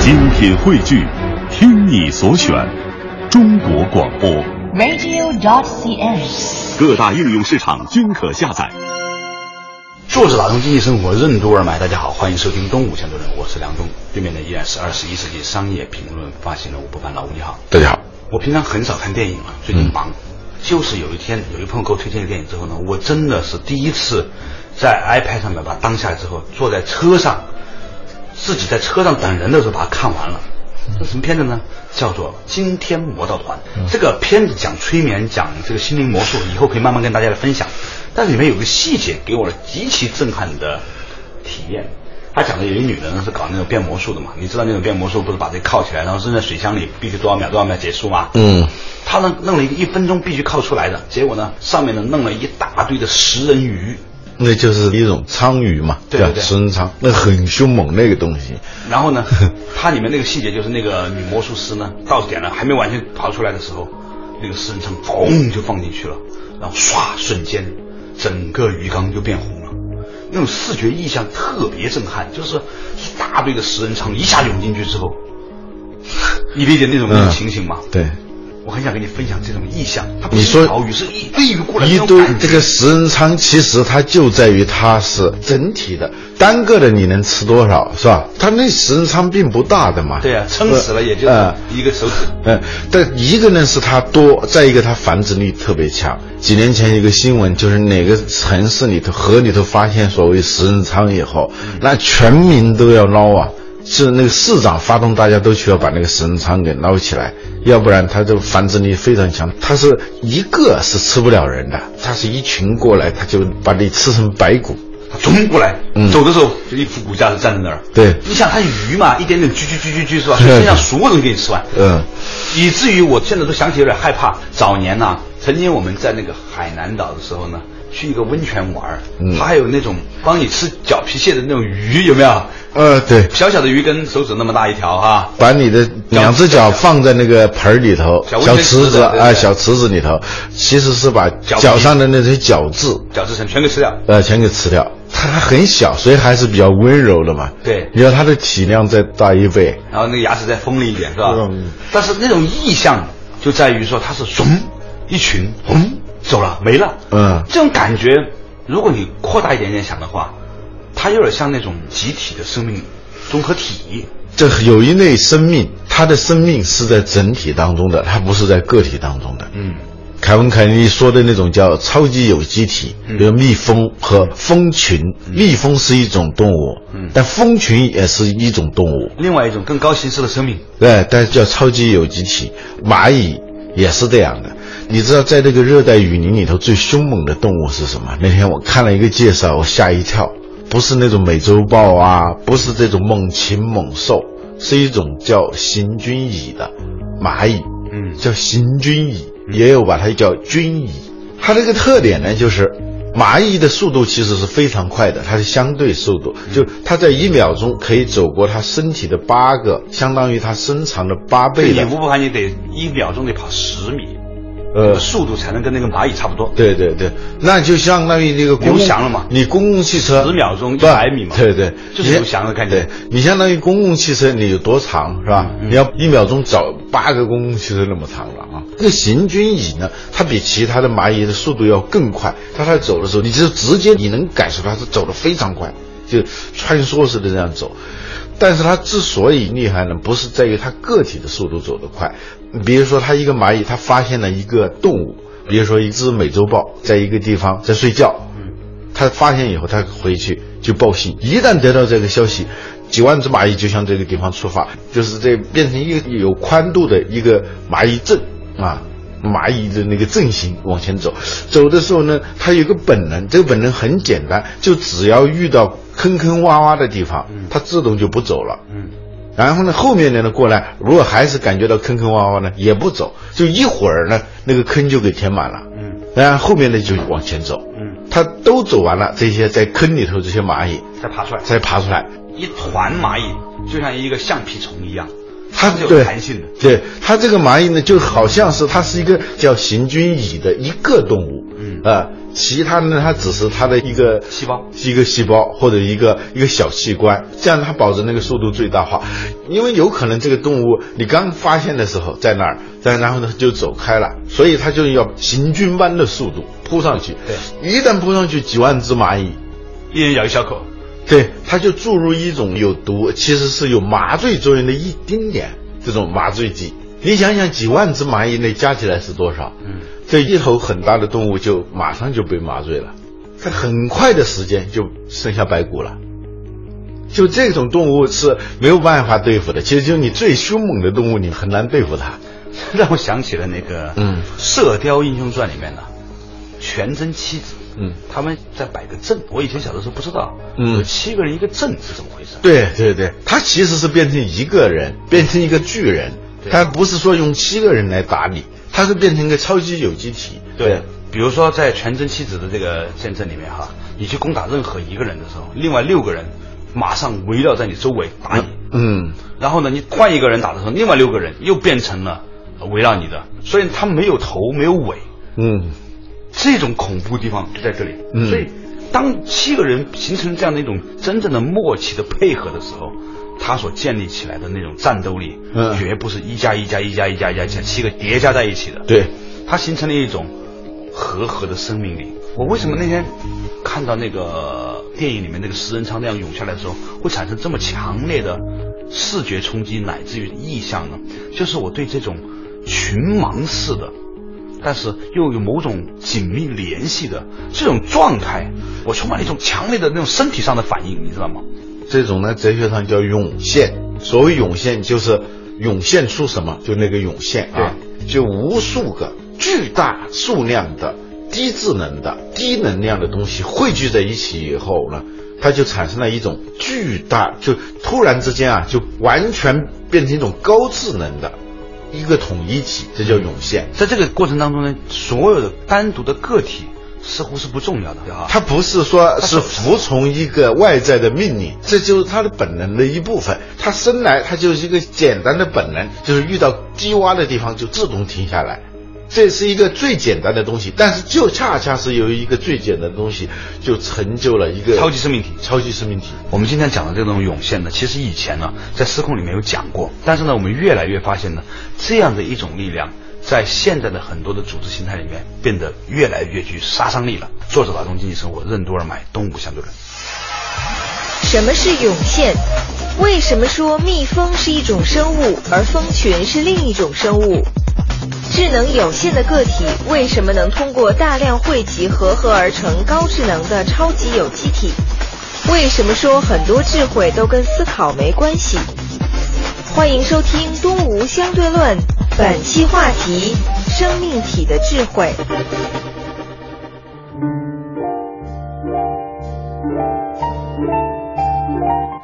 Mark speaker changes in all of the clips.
Speaker 1: 精品汇聚，听你所选，中国广播。
Speaker 2: radio.cn。
Speaker 1: 各大应用市场均可下载。
Speaker 3: 坐着打通经济生活任督二脉，大家好，欢迎收听《东吴相对论》，我是梁东，对面的依然是二十一世纪商业评论发行人吴伯凡，老吴你好。
Speaker 4: 大家好，
Speaker 3: 我平常很少看电影啊，最近忙，就是有一天有一朋友给我推荐了电影之后呢，我真的是第一次在 iPad 上面把它当下来之后，坐在车上，自己在车上等人的时候把它看完了。这什么片子呢？叫做《惊天魔盗团》。这个片子讲催眠，讲这个心灵魔术，以后可以慢慢跟大家来分享。但是里面有个细节给我了极其震撼的体验。他讲的有一女的呢是搞那种变魔术的嘛，你知道那种变魔术不是把这铐起来，然后扔在水箱里，必须多少秒多少秒结束吗？
Speaker 4: 嗯，
Speaker 3: 他呢弄了一个一分钟必须铐出来的，结果呢上面呢弄了一大堆的食人鱼，
Speaker 4: 那就是一种鲳鱼嘛，
Speaker 3: 对
Speaker 4: 吧
Speaker 3: 对对
Speaker 4: 食人鲳，那很凶猛那个东西，
Speaker 3: 然后呢，它里面那个细节就是那个女魔术师呢，到点了还没完全跑出来的时候，那个食人鲳嘣就放进去了，然后唰瞬间，整个鱼缸就变红了，那种视觉意象特别震撼，就是一大堆的食人鲳一下涌进去之后，你理解那种
Speaker 4: 嗯
Speaker 3: 情形吗？
Speaker 4: 对，
Speaker 3: 我很想跟你分享这种意象，它不
Speaker 4: 你说
Speaker 3: 是潮鱼，是一堆鱼过来
Speaker 4: 一
Speaker 3: 那种
Speaker 4: 堆
Speaker 3: 感觉
Speaker 4: 这个食人鲳，其实它就在于它是整体的，单个的你能吃多少是吧？它那食人鲳并不大的嘛，
Speaker 3: 对呀、撑死了也就
Speaker 4: 呃
Speaker 3: 一个手指。
Speaker 4: 嗯，但一个呢是它多，再一个它繁殖力特别强。几年前有一个新闻，就是哪个城市里头河里头发现所谓食人鲳以后，那全民都要捞啊，是那个市长发动大家都去要把那个食人鲳给捞起来，要不然它这个繁殖力非常强。它是一个是吃不了人的，它是一群过来，它就把你吃成白骨。
Speaker 3: 他冲过来，走的时候就一副骨架子站在那儿。
Speaker 4: 对
Speaker 3: 你想它鱼嘛，一点点锯锯锯锯锯是吧？所以
Speaker 4: 对
Speaker 3: 身上所有东西给你吃完，
Speaker 4: 嗯，
Speaker 3: 以至于我现在都想起有点害怕。早年呐、曾经我们在那个海南岛的时候呢，去一个温泉玩儿，它还有那种帮你吃脚皮蟹的那种鱼，有没有？
Speaker 4: 呃，对，
Speaker 3: 小小的鱼跟手指那么大一条哈、
Speaker 4: 把你的两只脚放在那个盆儿里头，
Speaker 3: 小
Speaker 4: 小池子
Speaker 3: 小温泉池子对
Speaker 4: 啊，
Speaker 3: 对
Speaker 4: 小池子里头，其实是把
Speaker 3: 脚皮
Speaker 4: 脚上的那些角质，
Speaker 3: 角质层全给吃掉。
Speaker 4: 呃，全给吃掉。它还很小，所以还是比较温柔的嘛。
Speaker 3: 对
Speaker 4: 你要它的体量再大一倍，
Speaker 3: 然后那个牙齿再锋利一点，是吧？
Speaker 4: 嗯
Speaker 3: 但是那种意象就在于说它是熊一群轰走了没了，
Speaker 4: 嗯
Speaker 3: 这种感觉，如果你扩大一点点想的话，它有点像那种集体的生命综合体。
Speaker 4: 这有一类生命，它的生命是在整体当中的，它不是在个体当中的。
Speaker 3: 嗯，
Speaker 4: 凯文·凯利说的那种叫超级有机体，
Speaker 3: 嗯
Speaker 4: 比如蜜蜂和蜂群。蜜蜂是一种动物，
Speaker 3: 嗯
Speaker 4: 但蜂群也是一种动物。
Speaker 3: 另外一种更高形式的生命，
Speaker 4: 对，但是叫超级有机体，蚂蚁也是这样的。你知道在那个热带雨林里头最凶猛的动物是什么？那天我看了一个介绍，我吓一跳，不是那种美洲豹啊，不是这种猛禽猛兽，是一种叫行军蚁的蚂蚁，
Speaker 3: 嗯
Speaker 4: 叫行军蚁，也有把它叫军蚁。它这个特点呢，就是蚂蚁的速度其实是非常快的，它是相对速度，
Speaker 3: 嗯
Speaker 4: 就它在一秒钟可以走过它身体的八个，相当于它身长的八倍
Speaker 3: 你
Speaker 4: 的。
Speaker 3: 吴不凡你得一秒钟得跑十米，
Speaker 4: 呃
Speaker 3: 速度才能跟那个蚂蚁差不多。
Speaker 4: 对对对，那就相当于那个公共
Speaker 3: 刘翔了嘛
Speaker 4: 你公共汽车
Speaker 3: 10秒钟
Speaker 4: 对
Speaker 3: 100米嘛
Speaker 4: 对对，
Speaker 3: 就是刘翔的概念
Speaker 4: 对你相当于公共汽车，你有多长是吧？
Speaker 3: 嗯
Speaker 4: 你要一秒钟找八个公共汽车那么长了啊！这个行军蚁呢，它比其他的蚂蚁的速度要更快，它在走的时候，你就直接你能感受它是走得非常快，就穿梭似的这样走。但是它之所以厉害呢，不是在于它个体的速度走得快，比如说它一个蚂蚁，它发现了一个动物，比如说一只美洲豹在一个地方在睡觉，他发现以后，他回去就报信。一旦得到这个消息，几万只蚂蚁就向这个地方出发，就是这变成一个有宽度的一个蚂蚁阵啊，蚂蚁的那个阵型往前走。走的时候呢，它有一个本能，这个本能很简单，就只要遇到坑坑洼洼的地方，它自动就不走了。
Speaker 3: 嗯，
Speaker 4: 然后呢，后面的呢过来，如果还是感觉到坑坑洼洼呢，也不走，就一会儿呢，那个坑就给填满了。
Speaker 3: 嗯，
Speaker 4: 然后后面的就往前走。
Speaker 3: 嗯，
Speaker 4: 它都走完了，这些在坑里头这些蚂蚁
Speaker 3: 再爬出来，
Speaker 4: 才爬出来。
Speaker 3: 一团蚂蚁就像一个橡皮虫一样，
Speaker 4: 它
Speaker 3: 是有
Speaker 4: 对
Speaker 3: 弹性的。
Speaker 4: 对它这个蚂蚁呢，就好像是它是一个叫行军蚁的一个动物，
Speaker 3: 嗯
Speaker 4: 啊、其他呢，它只是它的一个
Speaker 3: 细胞
Speaker 4: 一个细胞或者一个一个小器官，这样它保证那个速度最大化。因为有可能这个动物你刚发现的时候在那儿，在然后呢就走开了，所以它就要行军般的速度扑上去。
Speaker 3: 对，
Speaker 4: 一旦扑上去，几万只蚂蚁
Speaker 3: 一人咬一小口，
Speaker 4: 对，它就注入一种有毒，其实是有麻醉作用的一丁点这种麻醉剂。你想想，几万只蚂蚁那加起来是多少？
Speaker 3: 嗯，
Speaker 4: 这一头很大的动物就马上就被麻醉了，它很快的时间就剩下白骨了。就这种动物是没有办法对付的，其实就你最凶猛的动物，你很难对付它。
Speaker 3: 让我想起了那个
Speaker 4: 嗯
Speaker 3: 《射雕英雄传》里面的啊全真七子，
Speaker 4: 嗯，
Speaker 3: 他们在摆个阵。我以前小的时候不知道，
Speaker 4: 嗯
Speaker 3: 有七个人一个阵是怎么回事？
Speaker 4: 对对对，他其实是变成一个人，变成一个巨人，
Speaker 3: 嗯对
Speaker 4: 他不是说用七个人来打你，他是变成一个超级有机体。
Speaker 3: 对，比如说在全真七子的这个见证里面哈，你去攻打任何一个人的时候，另外六个人马上围绕在你周围打你，
Speaker 4: 嗯，
Speaker 3: 然后呢，你换一个人打的时候，另外六个人又变成了呃围绕你的，所以他没有头没有尾，
Speaker 4: 嗯，
Speaker 3: 这种恐怖地方就在这里。
Speaker 4: 嗯
Speaker 3: 所以，当七个人形成这样的一种真正的默契的配合的时候，他所建立起来的那种战斗力，
Speaker 4: 嗯
Speaker 3: 绝不是一加一加一加一加一加七个叠加在一起的。
Speaker 4: 对，
Speaker 3: 它形成了一种和合的生命力。我为什么那天看到那个电影里面那个食人鲳那样涌下来的时候，会产生这么强烈的视觉冲击，乃至于意象呢？就是我对这种群盲式的，但是又有某种紧密联系的这种状态，我充满了一种强烈的那种身体上的反应，你知道吗？
Speaker 4: 这种呢，哲学上叫涌现。所谓涌现，就是涌现出什么，就那个涌现啊，就无数个巨大数量的低智能的、低能量的东西汇聚在一起以后呢，它就产生了一种巨大，就突然之间啊，就完全变成一种高智能的一个统一体，这叫涌现。
Speaker 3: 在这个过程当中呢，所有的单独的个体似乎是不重要的啊。
Speaker 4: 他不是说是服从一个外在的命令，这就是他的本能的一部分。他生来他就是一个简单的本能，就是遇到低洼的地方就自动停下来。这是一个最简单的东西，但是就恰恰是由于一个最简单的东西，就成就了一个
Speaker 3: 超级生命体
Speaker 4: 超级生命体。
Speaker 3: 我们今天讲的这种涌现呢，其实以前呢在失控里面有讲过，但是呢我们越来越发现呢，这样的一种力量在现在的很多的组织形态里面变得越来越具杀伤力了。作者打通经济生活，任督二脉，东吴相对论。
Speaker 2: 什么是涌现？为什么说蜜蜂是一种生物，而蜂群是另一种生物？智能有限的个体为什么能通过大量汇集合合而成高智能的超级有机体？为什么说很多智慧都跟思考没关系？欢迎收听《东吴相对论》，本期话题：生命体的智慧。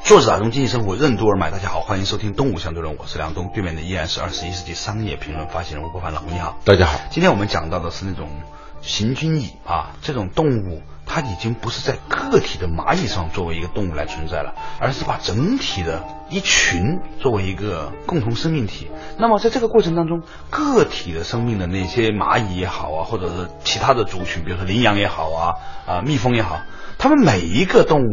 Speaker 3: 作者打通经济生活，任督二脉，大家好，欢迎收听《东吴相对论》，我是梁东，对面的依然是二十一世纪商业评论发起人吴伯凡，老吴你好。
Speaker 4: 大家好，
Speaker 3: 今天我们讲到的是那种行军蚁啊，这种动物它已经不是在个体的蚂蚁上作为一个动物来存在了，而是把整体的一群作为一个共同生命体。那么在这个过程当中，个体的生命的那些蚂蚁也好啊，或者是其他的族群，比如说羚羊也好啊，啊蜜蜂也好，它们每一个动物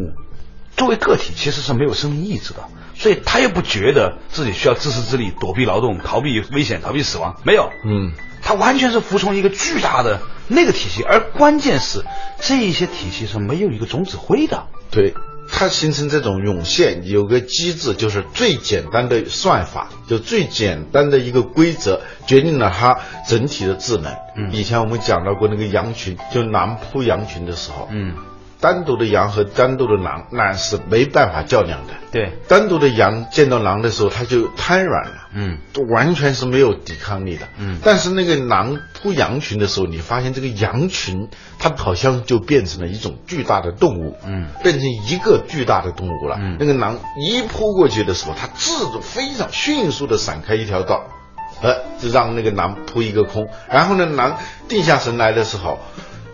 Speaker 3: 作为个体其实是没有生命意志的，所以它又不觉得自己需要自食自力、躲避劳动、逃避危险、逃避死亡，没有，
Speaker 4: 嗯，
Speaker 3: 它完全是服从一个巨大的那个体系，而关键是这一些体系是没有一个总指挥的，
Speaker 4: 对，它形成这种涌现有个机制，就是最简单的算法，就最简单的一个规则，决定了它整体的智能。
Speaker 3: 嗯
Speaker 4: 以前我们讲到过那个羊群，就狼扑羊群的时候，
Speaker 3: 嗯，
Speaker 4: 单独的羊和单独的狼，那是没办法较量的。
Speaker 3: 对，
Speaker 4: 单独的羊见到狼的时候，它就瘫软了。
Speaker 3: 嗯，
Speaker 4: 完全是没有抵抗力的，
Speaker 3: 嗯
Speaker 4: 但是那个狼扑羊群的时候，你发现这个羊群它好像就变成了一种巨大的动物，
Speaker 3: 嗯，
Speaker 4: 变成一个巨大的动物了。
Speaker 3: 嗯
Speaker 4: 那个狼一扑过去的时候，它自动非常迅速的闪开一条道，呃，就让那个狼扑一个空。然后呢，狼定下神来的时候，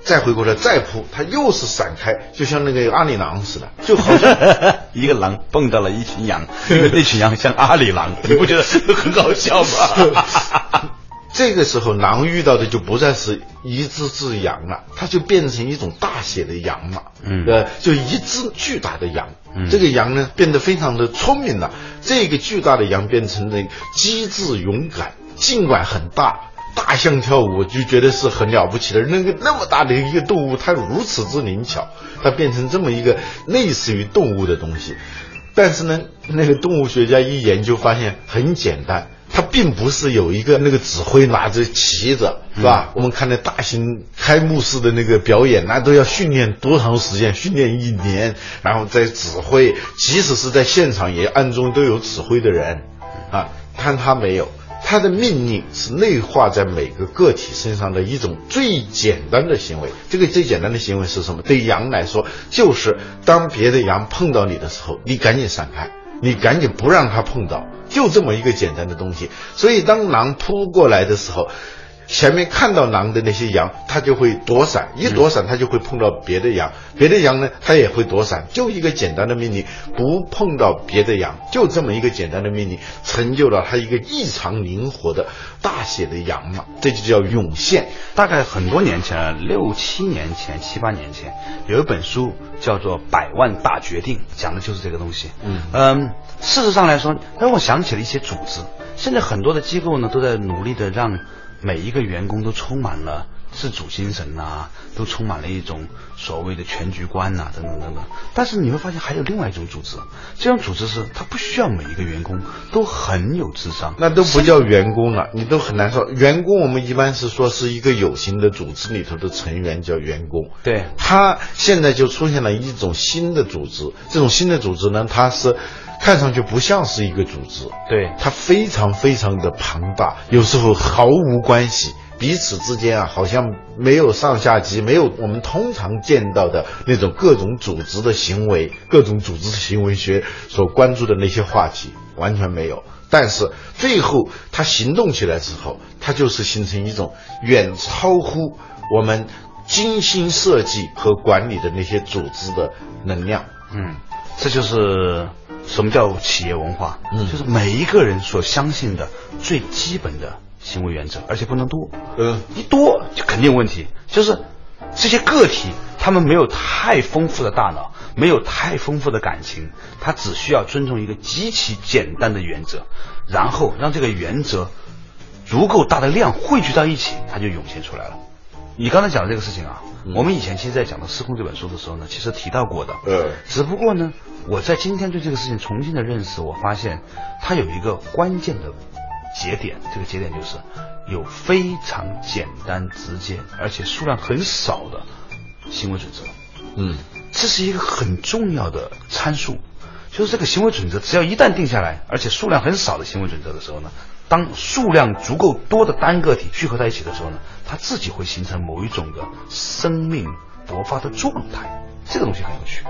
Speaker 4: 再回过头再扑，它又是闪开，就像那个阿里郎似的，就好像
Speaker 3: 一个狼蹦到了一群羊，因为那群羊像阿里郎，你不觉得很搞笑吗？
Speaker 4: 这个时候，狼遇到的就不再是一只只羊了，它就变成一种大写的羊了，
Speaker 3: 嗯
Speaker 4: 呃，就一只巨大的羊。
Speaker 3: 嗯
Speaker 4: 这个羊呢，变得非常的聪明了。这个巨大的羊变成了机智勇敢，尽管很大，大象跳舞我就觉得是很了不起的。那个那么大的一个动物，它如此之灵巧，它变成这么一个类似于动物的东西。但是呢，那个动物学家一研究发现很简单，它并不是有一个那个指挥拿着旗子，是吧？我们看那大型开幕式的那个表演，那都要训练多长时间？训练一年，然后再指挥。即使是在现场，也暗中都有指挥的人，啊，但他没有。他的命令是内化在每个个体身上的一种最简单的行为。这个最简单的行为是什么？对羊来说，就是当别的羊碰到你的时候，你赶紧闪开，你赶紧不让它碰到，就这么一个简单的东西。所以当狼扑过来的时候，前面看到狼的那些羊，它就会躲闪，一躲闪它就会碰到别的羊，别的羊呢它也会躲闪，就一个简单的命令，不碰到别的羊，就这么一个简单的命令，成就了它一个异常灵活的大写的羊嘛，这就叫涌现。
Speaker 3: 大概很多年前了，六七年前、七八年前，有一本书叫做《百万大决定》，讲的就是这个东西。
Speaker 4: 嗯
Speaker 3: 事实上来说，让我想起了一些组织，现在很多的机构呢，都在努力的让每一个员工都充满了。自主精神呐、都充满了一种所谓的全局观呐、等等等等。但是你会发现，还有另外一种组织，这种组织是它不需要每一个员工都很有智商，
Speaker 4: 那都不叫员工了，你都很难说。员工我们一般是说是一个有形的组织里头的成员叫员工，
Speaker 3: 对
Speaker 4: 它现在就出现了一种新的组织，这种新的组织呢，它是看上去不像是一个组织，
Speaker 3: 对
Speaker 4: 它非常非常的庞大，有时候毫无关系。彼此之间啊，好像没有上下级，没有我们通常见到的那种各种组织的行为、各种组织行为学所关注的那些话题，完全没有。但是最后它行动起来之后，它就是形成一种远超乎我们精心设计和管理的那些组织的能量。
Speaker 3: 嗯，这就是什么叫企业文化，
Speaker 4: 嗯
Speaker 3: 就是每一个人所相信的最基本的行为原则，而且不能多，
Speaker 4: 嗯
Speaker 3: 一多就肯定有问题。就是这些个体，他们没有太丰富的大脑，没有太丰富的感情，他只需要尊重一个极其简单的原则，然后让这个原则足够大的量汇聚到一起，它就涌现出来了。你刚才讲的这个事情啊，
Speaker 4: 嗯
Speaker 3: 我们以前其实在讲到《失控》这本书的时候呢，其实提到过的。
Speaker 4: 嗯
Speaker 3: 只不过呢，我在今天对这个事情重新的认识，我发现它有一个关键的节点，这个节点就是有非常简单、直接，而且数量很少的行为准则。
Speaker 4: 嗯，
Speaker 3: 这是一个很重要的参数，就是这个行为准则，只要一旦定下来，而且数量很少的行为准则的时候呢，当数量足够多的单个体聚合在一起的时候呢，它自己会形成某一种的生命勃发的状态，这个东西很有趣。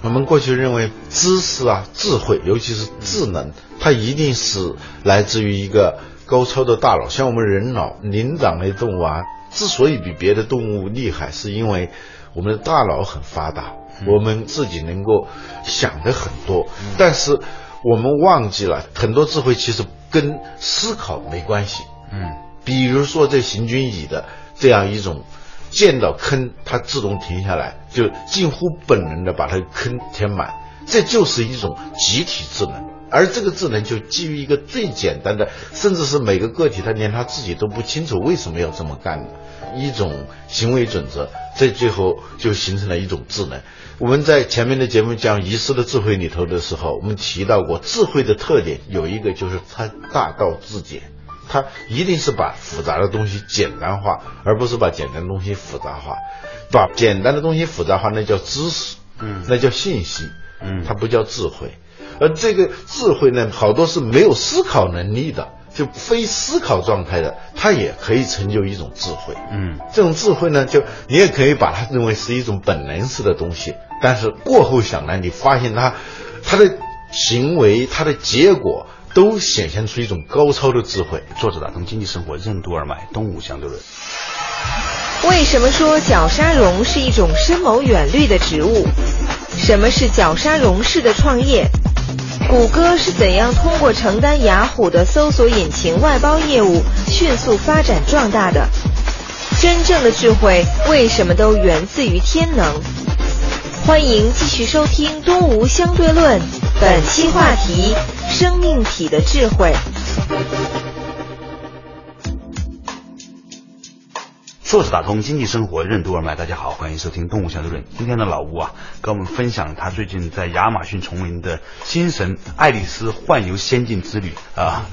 Speaker 4: 我们过去认为知识啊、智慧，尤其是智能，它一定是来自于一个高超的大脑，像我们人脑、灵长类动物啊，之所以比别的动物厉害，是因为我们的大脑很发达，我们自己能够想的很多，但是我们忘记了很多智慧其实跟思考没关系。
Speaker 3: 嗯。
Speaker 4: 比如说这行军蚁的这样一种，见到坑它自动停下来，就近乎本能的把它坑填满，这就是一种集体智能。而这个智能就基于一个最简单的，甚至是每个个体他连他自己都不清楚为什么要这么干的一种行为准则，这最后就形成了一种智能。我们在前面的节目讲遗失的智慧里头的时候，我们提到过智慧的特点有一个就是它大道至简。它一定是把复杂的东西简单化，而不是把简单的东西复杂化。把简单的东西复杂化，那叫知识，
Speaker 3: 嗯
Speaker 4: 那叫信息，
Speaker 3: 嗯
Speaker 4: 它不叫智慧。而这个智慧呢，好多是没有思考能力的，就非思考状态的，它也可以成就一种智慧。
Speaker 3: 嗯
Speaker 4: 这种智慧呢，就你也可以把它认为是一种本能式的东西，但是过后想来，你发现它，它的行为、它的结果都显现出一种高超的智慧。
Speaker 3: 作者打通经济生活任督二脉，东吴相对论。
Speaker 2: 为什么说绞杀龙是一种深谋远虑的植物？什么是绞杀龙式的创业？谷歌是怎样通过承担雅虎的搜索引擎外包业务，迅速发展壮大的？真正的智慧为什么都源自于天能？欢迎继续收听《东吴相对论》，本期话题：生命体的智慧。
Speaker 3: 硕士打通经济生活任督二脉，大家好，欢迎收听《动物相对论》。今天的老吴啊，跟我们分享他最近在亚马逊丛林的精神爱丽丝幻游仙境之旅啊。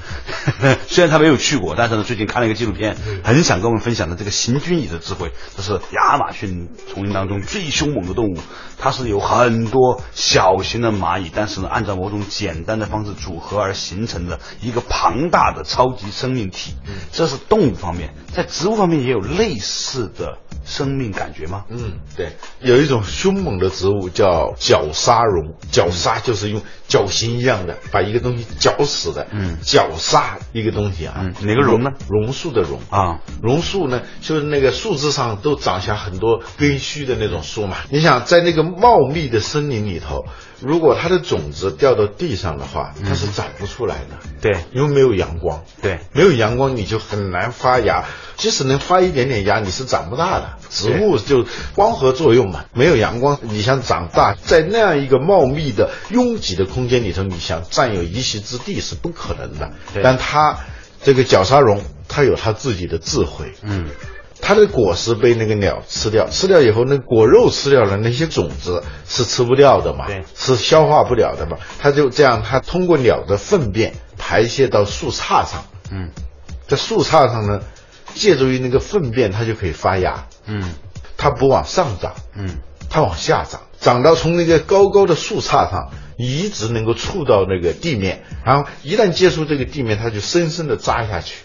Speaker 3: 虽然他没有去过，但是呢，最近看了一个纪录片，很想跟我们分享的这个行军蚁的智慧，这是亚马逊丛林当中最凶猛的动物，它是有很多小型的蚂蚁，但是呢，按照某种简单的方式组合而形成的一个庞大的超级生命体。
Speaker 4: 嗯
Speaker 3: 这是动物方面，在植物方面也有类似的生命感觉吗？
Speaker 4: 嗯，对，有一种凶猛的植物叫绞杀榕，绞杀就是用绞刑一样的把一个东西绞死的，
Speaker 3: 嗯
Speaker 4: 绞杀一个东西啊，
Speaker 3: 嗯哪个榕呢？
Speaker 4: 榕树的榕
Speaker 3: 啊，
Speaker 4: 榕树呢，就是那个树枝上都长下很多根须的那种树嘛。你想在那个茂密的森林里头，如果它的种子掉到地上的话，它是长不出来的，
Speaker 3: 对
Speaker 4: 因为没有阳光。
Speaker 3: 对，
Speaker 4: 没有阳光你就很难发芽，即使能发一点点芽，你是长不大的。植物就光合作用嘛，没有阳光，你想长大，在那样一个茂密的拥挤的空间里头，你想占有一席之地是不可能的
Speaker 3: 对。
Speaker 4: 但它这个绞杀榕，它有它自己的智慧，
Speaker 3: 嗯，
Speaker 4: 它的果实被那个鸟吃掉，吃掉以后，那果肉吃掉了，那些种子是吃不掉的嘛，
Speaker 3: 对
Speaker 4: 是消化不了的嘛。它就这样，它通过鸟的粪便排泄到树杈上，
Speaker 3: 嗯，
Speaker 4: 在树杈上呢，借助于那个粪便，它就可以发芽。
Speaker 3: 嗯，
Speaker 4: 它不往上涨，
Speaker 3: 嗯，
Speaker 4: 它往下长，长到从那个高高的树杈上，一直能够触到那个地面，然后一旦接触这个地面，它就深深地扎下去。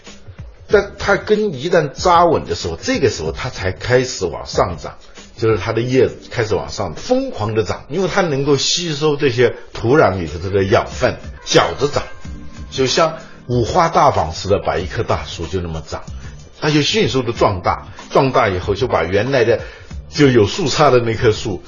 Speaker 4: 但它根一旦扎稳的时候，这个时候它才开始往上涨，就是它的叶子开始往上疯狂地长，因为它能够吸收这些土壤里头的养分，绞着长，就像五花大绑似的把一棵大树就那么长，它就迅速的壮大，壮大以后就把原来的就有树杈的那棵树，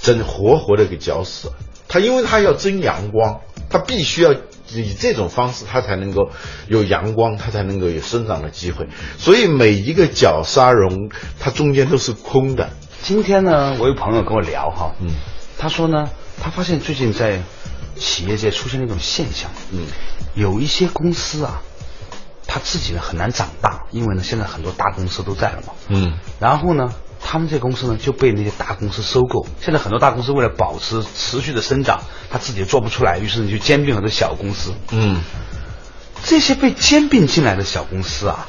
Speaker 4: 真活活的给绞死了。它因为它要争阳光，它必须要以这种方式，它才能够有阳光，它才能够有生长的机会。所以每一个绞杀榕，它中间都是空的。
Speaker 3: 今天呢，我有朋友跟我聊哈，
Speaker 4: 嗯，
Speaker 3: 他说呢，他发现最近在企业界出现了一种现象，
Speaker 4: 嗯，
Speaker 3: 有一些公司啊，他自己呢很难长大，因为呢现在很多大公司都在了嘛，
Speaker 4: 嗯，
Speaker 3: 然后呢，他们这公司呢就被那些大公司收购。现在很多大公司为了保持持续的生长，他自己做不出来，于是呢就兼并很多小公司。
Speaker 4: 嗯，
Speaker 3: 这些被兼并进来的小公司啊，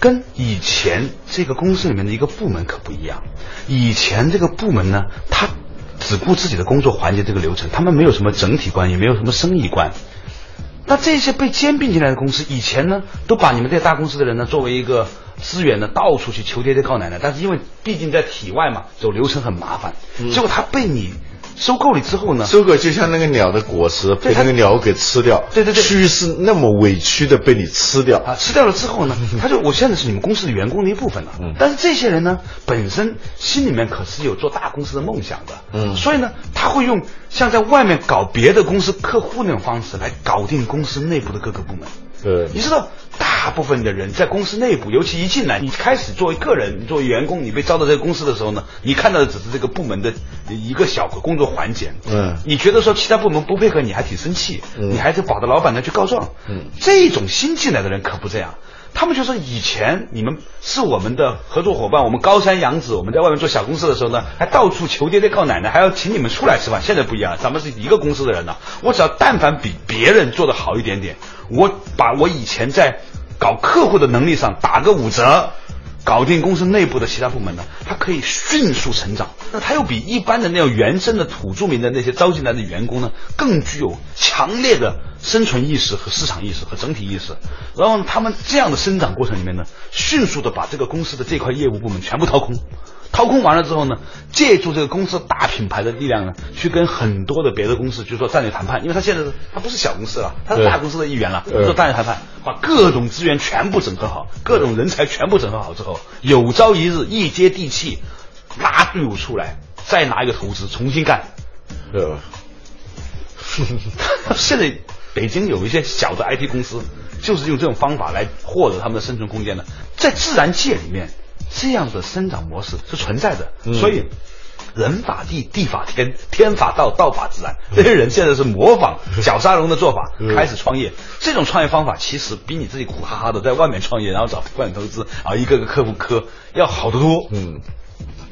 Speaker 3: 跟以前这个公司里面的一个部门可不一样。以前这个部门呢，他只顾自己的工作环节这个流程，他们没有什么整体观，也没有什么生意观。那这些被兼并进来的公司，以前呢都把你们这些大公司的人呢作为一个资源呢，到处去求爹爹告奶奶。但是因为毕竟在体外嘛，走流程很麻烦。结果他被你收购了之后呢，
Speaker 4: 收割就像那个鸟的果实
Speaker 3: 对
Speaker 4: 被
Speaker 3: 它
Speaker 4: 那个鸟给吃掉，
Speaker 3: 对对对
Speaker 4: 蛆是那么委屈的被你吃掉，
Speaker 3: 啊，吃掉了之后 呢，他就我现在是你们公司的员工的一部分了。
Speaker 4: 嗯
Speaker 3: 但是这些人呢，本身心里面可是有做大公司的梦想的。
Speaker 4: 嗯
Speaker 3: 所以呢，他会用像在外面搞别的公司客户那种方式来搞定公司内部的各个部门。
Speaker 4: 对
Speaker 3: 你知道，大部分的人在公司内部，尤其一进来，
Speaker 4: 嗯
Speaker 3: 你开始作为个人，你作为员工，你被招到这个公司的时候呢，你看到的只是这个部门的一个小的工作环节。
Speaker 4: 嗯
Speaker 3: 你觉得说其他部门不配合，你还挺生气，
Speaker 4: 嗯
Speaker 3: 你还得跑到老板那去告状。
Speaker 4: 嗯
Speaker 3: 这种新进来的人可不这样。他们就说以前你们是我们的合作伙伴，我们高山仰止，我们在外面做小公司的时候呢，还到处求爹爹告奶奶，还要请你们出来吃饭。现在不一样，咱们是一个公司的人了、我只要但凡比别人做的好一点点，我把我以前在搞客户的能力上打个五折，搞定公司内部的其他部门呢，他可以迅速成长。那他又比一般的那种原生的土著民的那些招进来的员工呢，更具有强烈的生存意识和市场意识和整体意识。然后呢，他们这样的生长过程里面呢，迅速的把这个公司的这块业务部门全部掏空。掏空完了之后呢，借助这个公司大品牌的力量呢，去跟很多的别的公司去做战略谈判，因为他现在是他不是小公司了，他是
Speaker 4: 对
Speaker 3: 大公司的一员了，
Speaker 4: 对
Speaker 3: 做战略谈判，把各种资源全部整合好，各种人才全部整合好之后，有朝一日一接地气，拉队伍出来，再拿一个投资重新干。
Speaker 4: 对吧？
Speaker 3: 现在北京有一些小的 IT 公司，就是用这种方法来获得他们的生存空间的。在自然界里面，这样的生长模式是存在的，
Speaker 4: 嗯
Speaker 3: 所以。人法地，地法天，天法道，道法自然。这些人现在是模仿小沙龙的做法，
Speaker 4: 嗯
Speaker 3: 开始创业。这种创业方法其实比你自己苦哈哈的在外面创业，然后找外面投资，啊，一个个客户磕，要好得多。
Speaker 4: 嗯，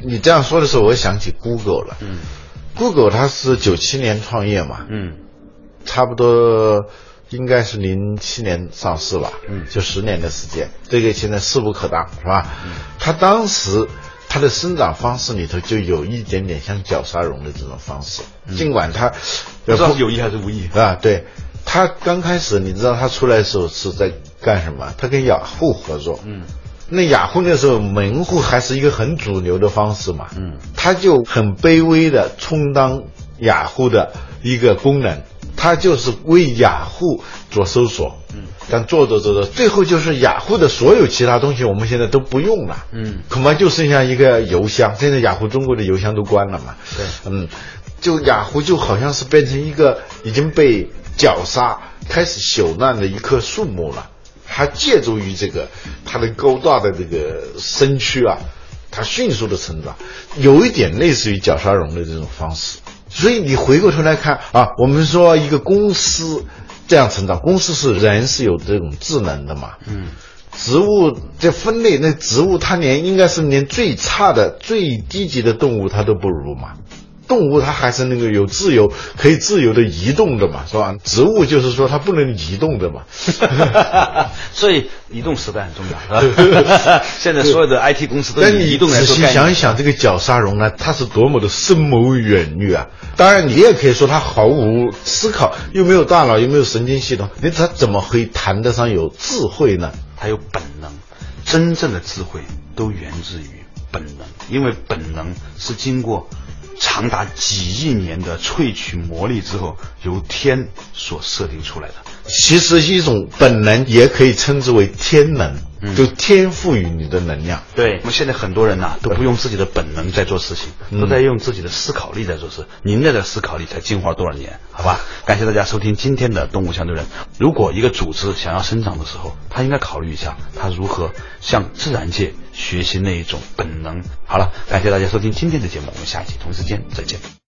Speaker 4: 你这样说的时候，我想起 Google 了。
Speaker 3: 嗯
Speaker 4: Google 它是九七年创业嘛，
Speaker 3: 嗯
Speaker 4: 差不多应该是零七年上市吧，
Speaker 3: 嗯
Speaker 4: 就十年的时间，这个现在势不可挡，是吧？
Speaker 3: 嗯
Speaker 4: 它当时它的生长方式里头就有一点点像绞杀绒的这种方式，尽管它
Speaker 3: 嗯不知道是有意还是无意。
Speaker 4: 啊，对，他刚开始你知道他出来的时候是在干什么？他跟雅虎合作。
Speaker 3: 嗯。
Speaker 4: 那雅虎那时候门户还是一个很主流的方式嘛。
Speaker 3: 嗯。
Speaker 4: 他就很卑微的充当雅虎的一个功能，他就是为雅虎做搜索。嗯。但做着做着，最后就是雅虎的所有其他东西，我们现在都不用了。
Speaker 3: 嗯。
Speaker 4: 恐怕就剩下一个邮箱，现在雅虎中国的邮箱都关了嘛。
Speaker 3: 对
Speaker 4: 嗯，就雅虎就好像是变成一个已经被绞杀、开始朽烂的一棵树木了。它借助于这个它的高大的这个身躯啊，它迅速的成长，有一点类似于绞杀绒的这种方式。所以你回过头来看啊，我们说一个公司这样成长，公司是人是有这种智能的嘛，嗯，植物这分类，那植物它连应该是连最差的、最低级的动物它都不如嘛。动物它还是能够有自由，可以自由的移动的嘛，是吧？植物就是说它不能移动的嘛。
Speaker 3: 所以移动时代很重要，是 吧？现在所有的 IT 公司都
Speaker 4: 但
Speaker 3: 以移
Speaker 4: 你
Speaker 3: 动来
Speaker 4: 仔
Speaker 3: 做
Speaker 4: 细
Speaker 3: 概
Speaker 4: 想
Speaker 3: 念。
Speaker 4: 一想，这个绞杀绒呢，它是多么的深谋远虑啊！当然，你也可以说它毫无思考，又没有大脑，又没有神经系统，你它怎么可以谈得上有智慧呢？
Speaker 3: 它有本能，真正的智慧都源自于本能，因为本能是经过长达几亿年的萃取磨砺之后，由天所设定出来的。
Speaker 4: 其实一种本能也可以称之为天能，
Speaker 3: 嗯
Speaker 4: 就天赋予你的能量。
Speaker 3: 对，我们现在很多人呐、都不用自己的本能在做事情，
Speaker 4: 嗯
Speaker 3: 都在用自己的思考力在做事。您那点思考力才进化多少年？好吧，感谢大家收听今天的《动物相对论》。如果一个组织想要生长的时候，他应该考虑一下他如何向自然界学习那一种本能。好了，感谢大家收听今天的节目，我们下期同时间再见。